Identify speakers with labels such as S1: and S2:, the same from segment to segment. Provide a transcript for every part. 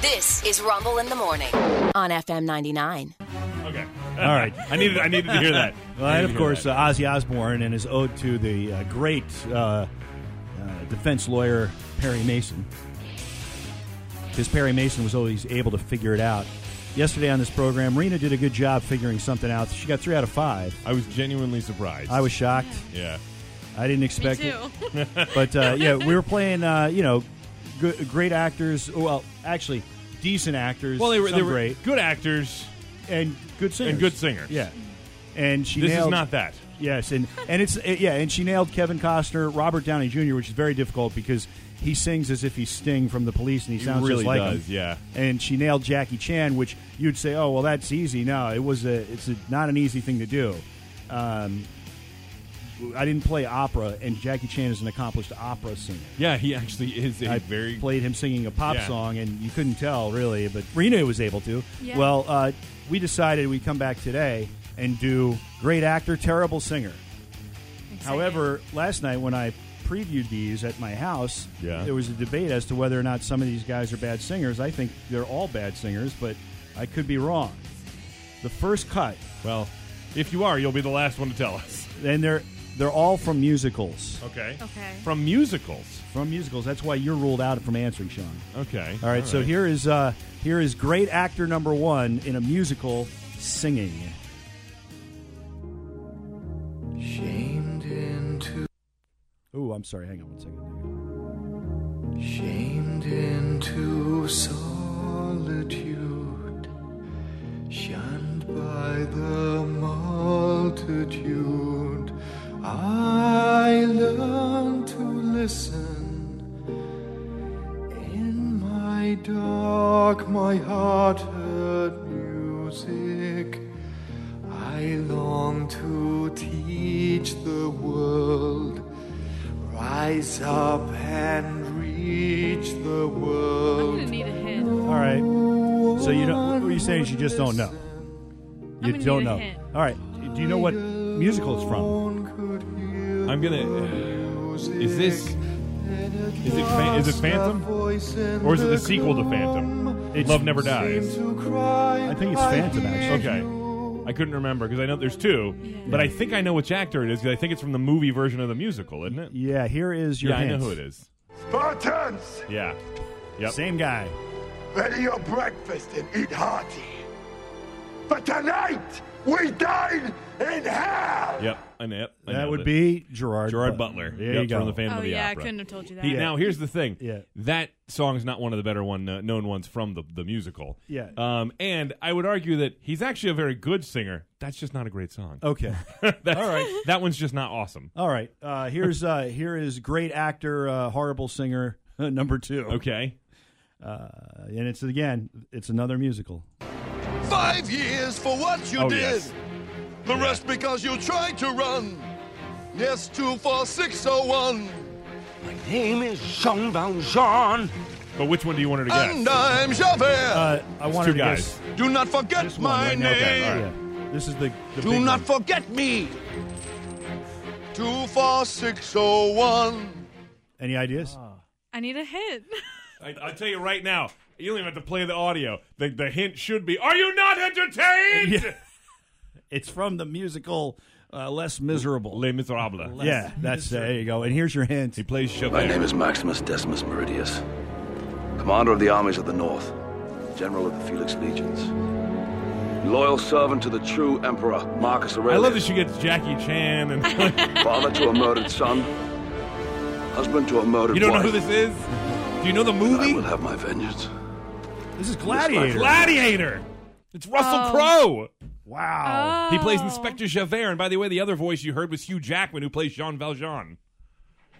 S1: This is Rumble in the Morning on FM 99.
S2: Okay.
S3: All right.
S2: I needed I needed to hear that.
S3: Well,
S2: I
S3: and
S2: needed to
S3: of
S2: hear
S3: course, uh,
S2: that.
S3: Ozzy Osbourne and his ode to the uh, great uh, uh, defense lawyer Perry Mason. Because Perry Mason was always able to figure it out. Yesterday on this program, Rena did a good job figuring something out. She got three out of five.
S2: I was genuinely surprised.
S3: I was shocked.
S2: Yeah.
S3: I didn't
S4: Me
S3: expect it.
S4: too.
S3: But uh, yeah, we were playing. Uh, you know, g- great actors. Oh, Well, actually, decent actors.
S2: Well, they were
S3: some
S2: they were
S3: great
S2: good actors.
S3: and good singers.
S2: And good singers.
S3: Yeah. And she
S2: This
S3: nailed,
S2: is not that.
S3: Yes, and and it's it, yeah, and she nailed Kevin Costner, Robert Downey Jr., which is very difficult because he sings as if he's Sting from the Police, and he,
S2: He
S3: sounds
S2: really
S3: just like
S2: does,
S3: him.
S2: yeah.
S3: and she nailed Jackie Chan, which you'd say, oh well, that's easy. No, it was a it's a, not an easy thing to do. Um, I didn't play opera, and Jackie Chan is an accomplished opera singer.
S2: Yeah, he actually is a
S3: I
S2: very
S3: played him singing a pop
S2: Yeah.
S3: song, and you couldn't tell really, but Rena was able to.
S4: Yeah.
S3: Well, uh, we decided we'd come back today and do great actor, terrible singer. However, last night when I previewed these at my house,
S2: Yeah.
S3: there was a debate as to whether or not some of these guys are bad singers. I think they're all bad singers, but I could be wrong. The first cut,
S2: well. If you are, you'll be the last one to tell us.
S3: and they're they're all from musicals.
S2: Okay.
S4: Okay.
S2: From musicals.
S3: From musicals. That's why you're ruled out from answering, Sean.
S2: Okay.
S3: All right, so here is uh, here is great actor number one in a musical singing.
S5: Shamed into,
S3: Ooh, I'm sorry. Hang on one second.
S5: shamed into solitude, shunned by the multitude. I learned to listen. In my dark, my heart heard music. I long to teach the world. Rise up and reach the
S4: I'm gonna
S5: world.
S4: need a hint.
S3: All right. So you don't. What are you saying? is You just don't know. You
S4: gonna need
S3: don't
S4: a
S3: know.
S4: hint.
S3: All right. Do you know what musical it's from?
S5: One could hear
S2: I'm gonna. uh, Is this? Is it? Fa- is it Phantom?
S5: voice in
S2: Or is it the sequel to Phantom?
S3: It's-
S2: Love Never Dies.
S5: to cry.
S3: I think it's Phantom actually.
S2: Okay. I couldn't remember because I know there's two, but I think I know which actor it is because I think it's from the movie version of the musical, isn't it?
S3: Yeah. Here is your.
S2: yeah, I know
S3: hint.
S2: who it is.
S6: Spartans,
S2: Yeah. Yep.
S3: Same guy.
S6: ready your breakfast and eat hearty. But tonight, we dine in hell!
S2: Yep. I know. Yep. I
S3: That
S2: know
S3: would
S2: it.
S3: be Gerard.
S2: Gerard
S3: But-
S2: Butler.
S3: There
S2: Yep,
S3: you go.
S2: From the Phantom
S4: Oh
S2: of the
S4: yeah, I
S2: Opera.
S4: couldn't have told you that.
S2: He- Now here's the thing.
S3: Yeah.
S2: That song's not one of the better one uh, known ones from the the musical.
S3: Yeah.
S2: Um, and I would argue that he's actually a very good singer. That's just not a great song.
S3: Okay.
S2: That's, All right. That one's just not awesome.
S3: All right. Uh, here's uh, here is great actor, uh, horrible singer number two.
S2: Okay.
S3: Uh, and it's again, it's another musical.
S7: Five years for what you
S2: Oh,
S7: did.
S2: yes.
S7: The rest because you tried to run. Yes, two for six oh one.
S5: My name is Jean Valjean.
S2: But which one do you want her to guess?
S7: And I'm Javert.
S3: Uh, I
S2: It's
S3: wanted
S2: two
S3: to guess-
S2: guys.
S7: Do not forget
S3: This one
S7: my
S3: right now,
S7: name.
S2: okay, all right.
S3: Yeah. This is the, the
S7: Do
S3: big
S7: not
S3: one.
S7: forget me. Two for six oh one.
S3: Any ideas?
S4: I need a hint.
S2: I, I'll tell you right now. You don't even have to play the audio. The, the hint should be, "Are you not entertained?"
S3: Yeah. It's from the musical uh, Less Miserable.
S2: Les Miserables.
S3: yeah, that's uh, there you go. And here's your hint.
S2: He plays Javert.
S8: My name is Maximus Decimus Meridius, commander of the armies of the North, general of the Felix Legions, loyal servant to the true emperor Marcus
S2: I
S8: Aurelius,
S2: love that she gets Jackie Chan and
S8: father to a murdered son, husband to a murdered
S2: you don't know
S8: wife.
S2: who this is? Do you know the
S8: I
S2: movie?
S8: will have my vengeance.
S3: This is Gladiator.
S2: Gladiator. It's Russell
S4: Oh.
S2: Crowe.
S3: wow.
S2: He plays
S4: Oh.
S2: Inspector Javert, and by the way, the other voice you heard was Hugh Jackman, who plays Jean Valjean.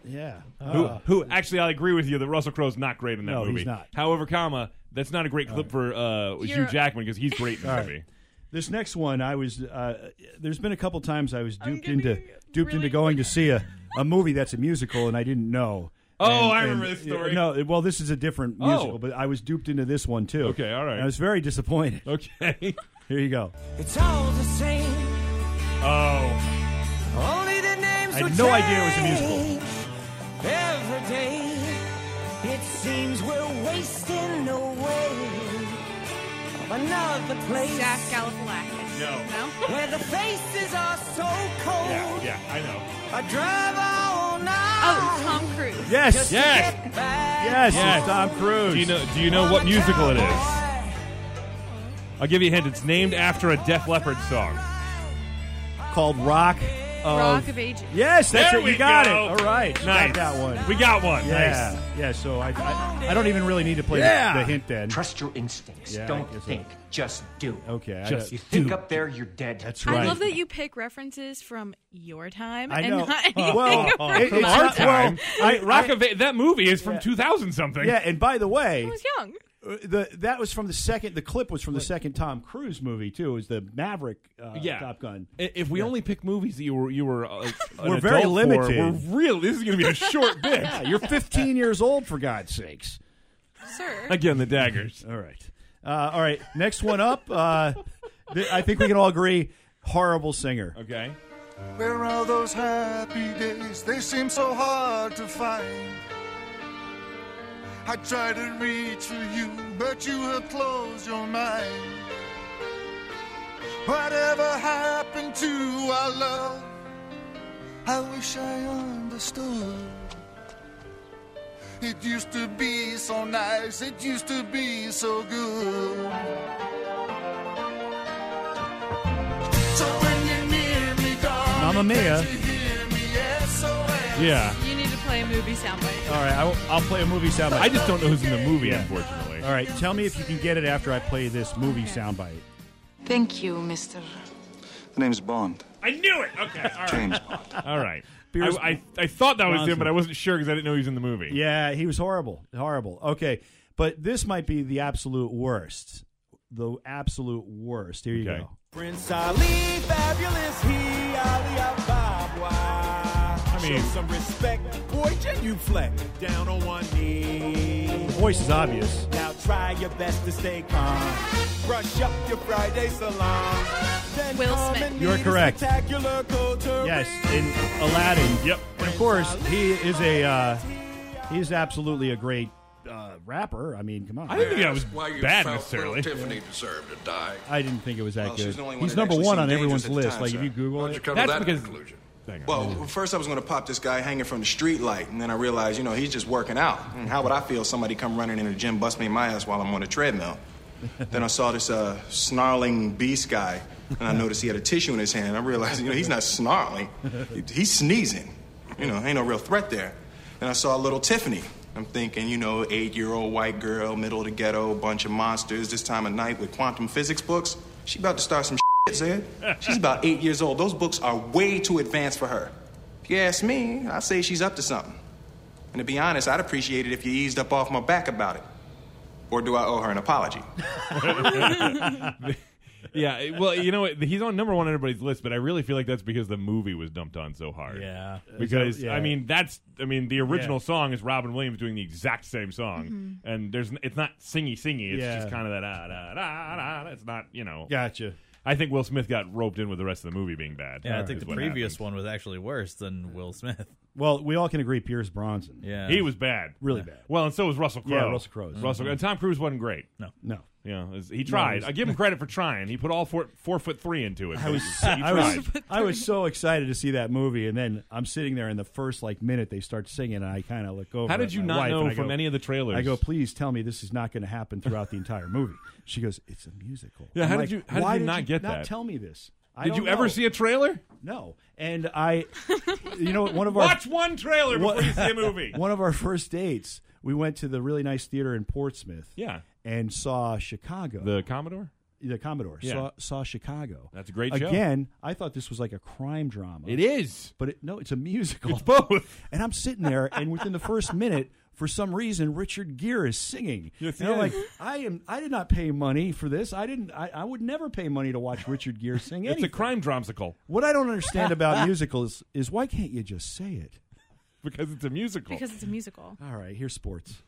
S3: yeah.
S2: Who,
S3: Uh,
S2: who actually, I agree with you that Russell Crowe's not great in that
S3: No, he's
S2: movie.
S3: not.
S2: However, comma that's not a great clip for uh, Hugh
S4: You're-
S2: Jackman because he's great in the
S3: All right.
S2: movie.
S3: this next one, I was. Uh, there's been a couple times I was duped
S4: getting
S3: into duped into
S4: really-
S3: going to see a, a movie that's a musical and I didn't know.
S2: Oh,
S3: And-
S2: I remember
S3: and-
S2: this story.
S3: No, well, this is a different
S2: Oh.
S3: musical, but I was duped into this one too.
S2: Okay, all right.
S3: And I was very disappointed.
S2: Okay.
S3: Here you go.
S9: It's all the same.
S2: oh,
S9: Only the names
S3: I had
S9: will
S3: no idea it was a musical.
S9: change Every day, it seems we're wasting away. another place
S4: Zach Galifianakis.
S2: No.
S4: No?
S9: where the faces are so cold.
S2: Yeah, yeah, I know.
S9: I drive all
S4: Oh,
S9: night.
S4: Tom Cruise.
S3: Yes, yes,
S2: Yes.
S9: Get back
S3: yes,
S2: Yes.
S3: it's Tom Cruise.
S2: Do you know? Do you know what musical it is?
S9: Cowboy.
S2: I'll give you a hint. It's named after a Def Leppard song.
S3: Called Rock.
S2: Oh.
S3: Of,
S4: Rock of Ages.
S3: Yes, that's
S2: There
S3: it.
S2: we
S3: you got
S2: go.
S3: it. All right, You
S2: Nice.
S3: got that one.
S2: We got one.
S3: Yeah,
S2: Nice.
S3: yeah. So I, I, I don't even really need to play the-
S2: Yeah.
S3: the, hint then.
S10: Trust your instincts.
S3: Yeah, I
S10: Don't
S3: guess so.
S10: think. Just do.
S3: Okay, I
S10: Just
S3: got-
S10: you think up there, you're dead.
S3: That's
S4: I
S3: right.
S4: love that you pick references from your time
S3: I
S4: and
S3: know.
S4: not anything
S3: Well,
S4: from
S3: it- it's
S4: my
S3: not-
S4: time.
S3: well, I-
S2: I, Rock
S3: I-
S2: of A- that movie is from 2000 something.
S3: Yeah, and by the way,
S4: I was young.
S3: uh, the that was from the second. The clip was from the second Tom Cruise movie too. It was the Maverick uh,
S2: Yeah.
S3: Top Gun.
S2: I- If we only pick movies that you were you were uh, an
S3: We're very
S2: adult for,
S3: limited.
S2: we're real. This is going to be a short bit.
S3: Yeah, you're 15 years old for God's sakes.
S4: Sir.
S2: Again, the daggers.
S3: All right, uh, all right. Next one up. Uh, th- I think we can all agree. Horrible singer.
S2: Okay.
S7: Where are all those happy days? They seem so hard to find. I try to reach for you, but you have closed your mind. Whatever happened to our love? I wish I understood. It used to be so nice, it used to be so good. So when you're near me, darling,
S3: Mamma mia.
S7: can't you hear me? SOS.
S2: Yeah.
S4: You need to play a movie soundbite.
S3: All right, I will, I'll play a movie soundbite.
S2: I just don't know who's in the movie,
S3: Yeah.
S2: unfortunately.
S3: all right, tell me if you can get it after I play this movie soundbite.
S11: Thank you, Mr.
S7: The name's Bond.
S2: I knew it. Okay. All right.
S7: James Bond.
S2: All right.
S3: Pierce
S2: I, I, I thought that was him,
S3: Bronson.
S2: but I wasn't sure because I didn't know he was in the movie.
S3: Yeah, he was horrible. Horrible. Okay. But this might be the absolute worst. The absolute worst. Here you
S2: Okay.
S3: go.
S9: Prince Ali, fabulous he, Ali Ababa. I
S2: mean-
S9: Show some respect, boy, genuflect. Down on one knee.
S3: The voice is obvious.
S9: Now try your best to stay calm. Brush up your Friday salon. Then
S4: Will
S9: come
S4: Smith.
S9: and
S3: You're
S9: meet a
S3: correct.
S9: Spectacular culture.
S3: Yes, in Aladdin.
S2: Yep.
S3: And of course, he is a uh, he's absolutely a great uh, rapper. I mean, come on.
S2: I didn't think that was
S7: Why you
S2: bad
S7: felt
S2: necessarily.
S7: little Tiffany deserved to die.
S3: I didn't think it was that
S7: Well,
S3: good.
S7: she's the only one
S3: He's
S7: that
S3: number
S7: actually
S3: one
S7: seemed
S3: on everyone's
S7: dangerous at the
S3: list.
S7: time,
S3: like if
S7: sir.
S3: you Google
S7: Why don't you
S3: it,
S7: cover
S2: That's
S7: that
S2: because.
S7: conclusion?
S2: Hang on.
S10: Well, first I was going to pop this guy hanging from the street light, and then I realized, you know, he's just working out. And how would I feel if somebody come running in the gym, bust me in my ass while I'm on a treadmill? then I saw this uh, snarling beast guy, and I noticed he had a tissue in his hand. I realized, you know, he's not snarling, He- he's sneezing. You know, ain't no real threat there. And I saw little Tiffany. I'm thinking, you know, eight year old white girl, middle of the ghetto, bunch of monsters, this time of night with quantum physics books. She about to start some shit, Zed. She's about eight years old. Those books are way too advanced for her. If you ask me, I say she's up to something. And to be honest, I'd appreciate it if you eased up off my back about it. Or do I owe her an apology?
S2: Yeah, it- well, you know, what, he's on number one on everybody's list, but I really feel like that's because the movie was dumped on so hard.
S3: Yeah.
S2: because
S3: Yeah.
S2: I mean, that's I mean, the original
S3: Yeah. Mm-hmm.
S2: song is Robin Williams doing the exact same song, and there's n- it's not singy singy. It's
S3: Yeah.
S2: just kind of that ah, da, da, da, da. It's not you know.
S3: gotcha.
S2: I think Will Smith got roped in with the rest of the movie being bad.
S12: Yeah, I
S2: is
S12: think the
S2: what
S12: previous
S2: happened.
S12: one was actually worse than Will Smith.
S3: Well, we all can agree Pierce Bronson.
S12: Yeah,
S2: He was bad,
S3: Really bad.
S2: Well, and so was Russell Crowe.
S3: Yeah, Russell Crowe's-
S2: Russell and Tom Cruise wasn't great.
S3: No.
S2: You know, as- he tried.
S3: he's-
S2: I give him credit for trying. He put all four four foot three into it.
S3: I was,
S2: He
S3: I was
S2: tried.
S3: I was so excited to see that movie, and then I'm sitting there in the first like minute they start singing, and I kind of look over.
S2: How
S3: at
S2: did you
S3: my
S2: not
S3: wife, and
S2: know
S3: I
S2: from
S3: go,
S2: any of the trailers?
S3: I go, please tell me this is not going to happen throughout the entire movie. She goes, it's a musical.
S2: Yeah,
S3: I'm
S2: how did
S3: like,
S2: you- how did
S3: Why
S2: you not get that?"
S3: Tell me this. I
S2: Did
S3: don't
S2: you ever
S3: know."
S2: see a trailer?
S3: No. And I, you know, one of our
S2: Watch one trailer before
S3: What-
S2: you see a movie.
S3: one of our first dates, we went to the really nice theater in Portsmouth.
S2: Yeah.
S3: And saw Chicago
S2: The Commodore?
S3: the Commodore
S2: Yeah.
S3: saw, saw Chicago.
S2: That's a great show.
S3: Again, I thought this was like a crime drama.
S2: is.
S3: but it, no, it's a musical.
S2: It's both.
S3: And I'm sitting there, and within the first minute, for some reason, Richard Gere is singing.
S2: Yes,
S3: and
S2: he
S3: I'm
S2: is.
S3: like, I am. I did not pay money for this. I didn't. I, I would never pay money to watch Richard Gere sing
S2: It's
S3: anything.
S2: a crime dramsicle
S3: What I don't understand about musicals is why can't you just say it?
S2: because it's a musical.
S4: Because it's a musical.
S3: All right, here's sports.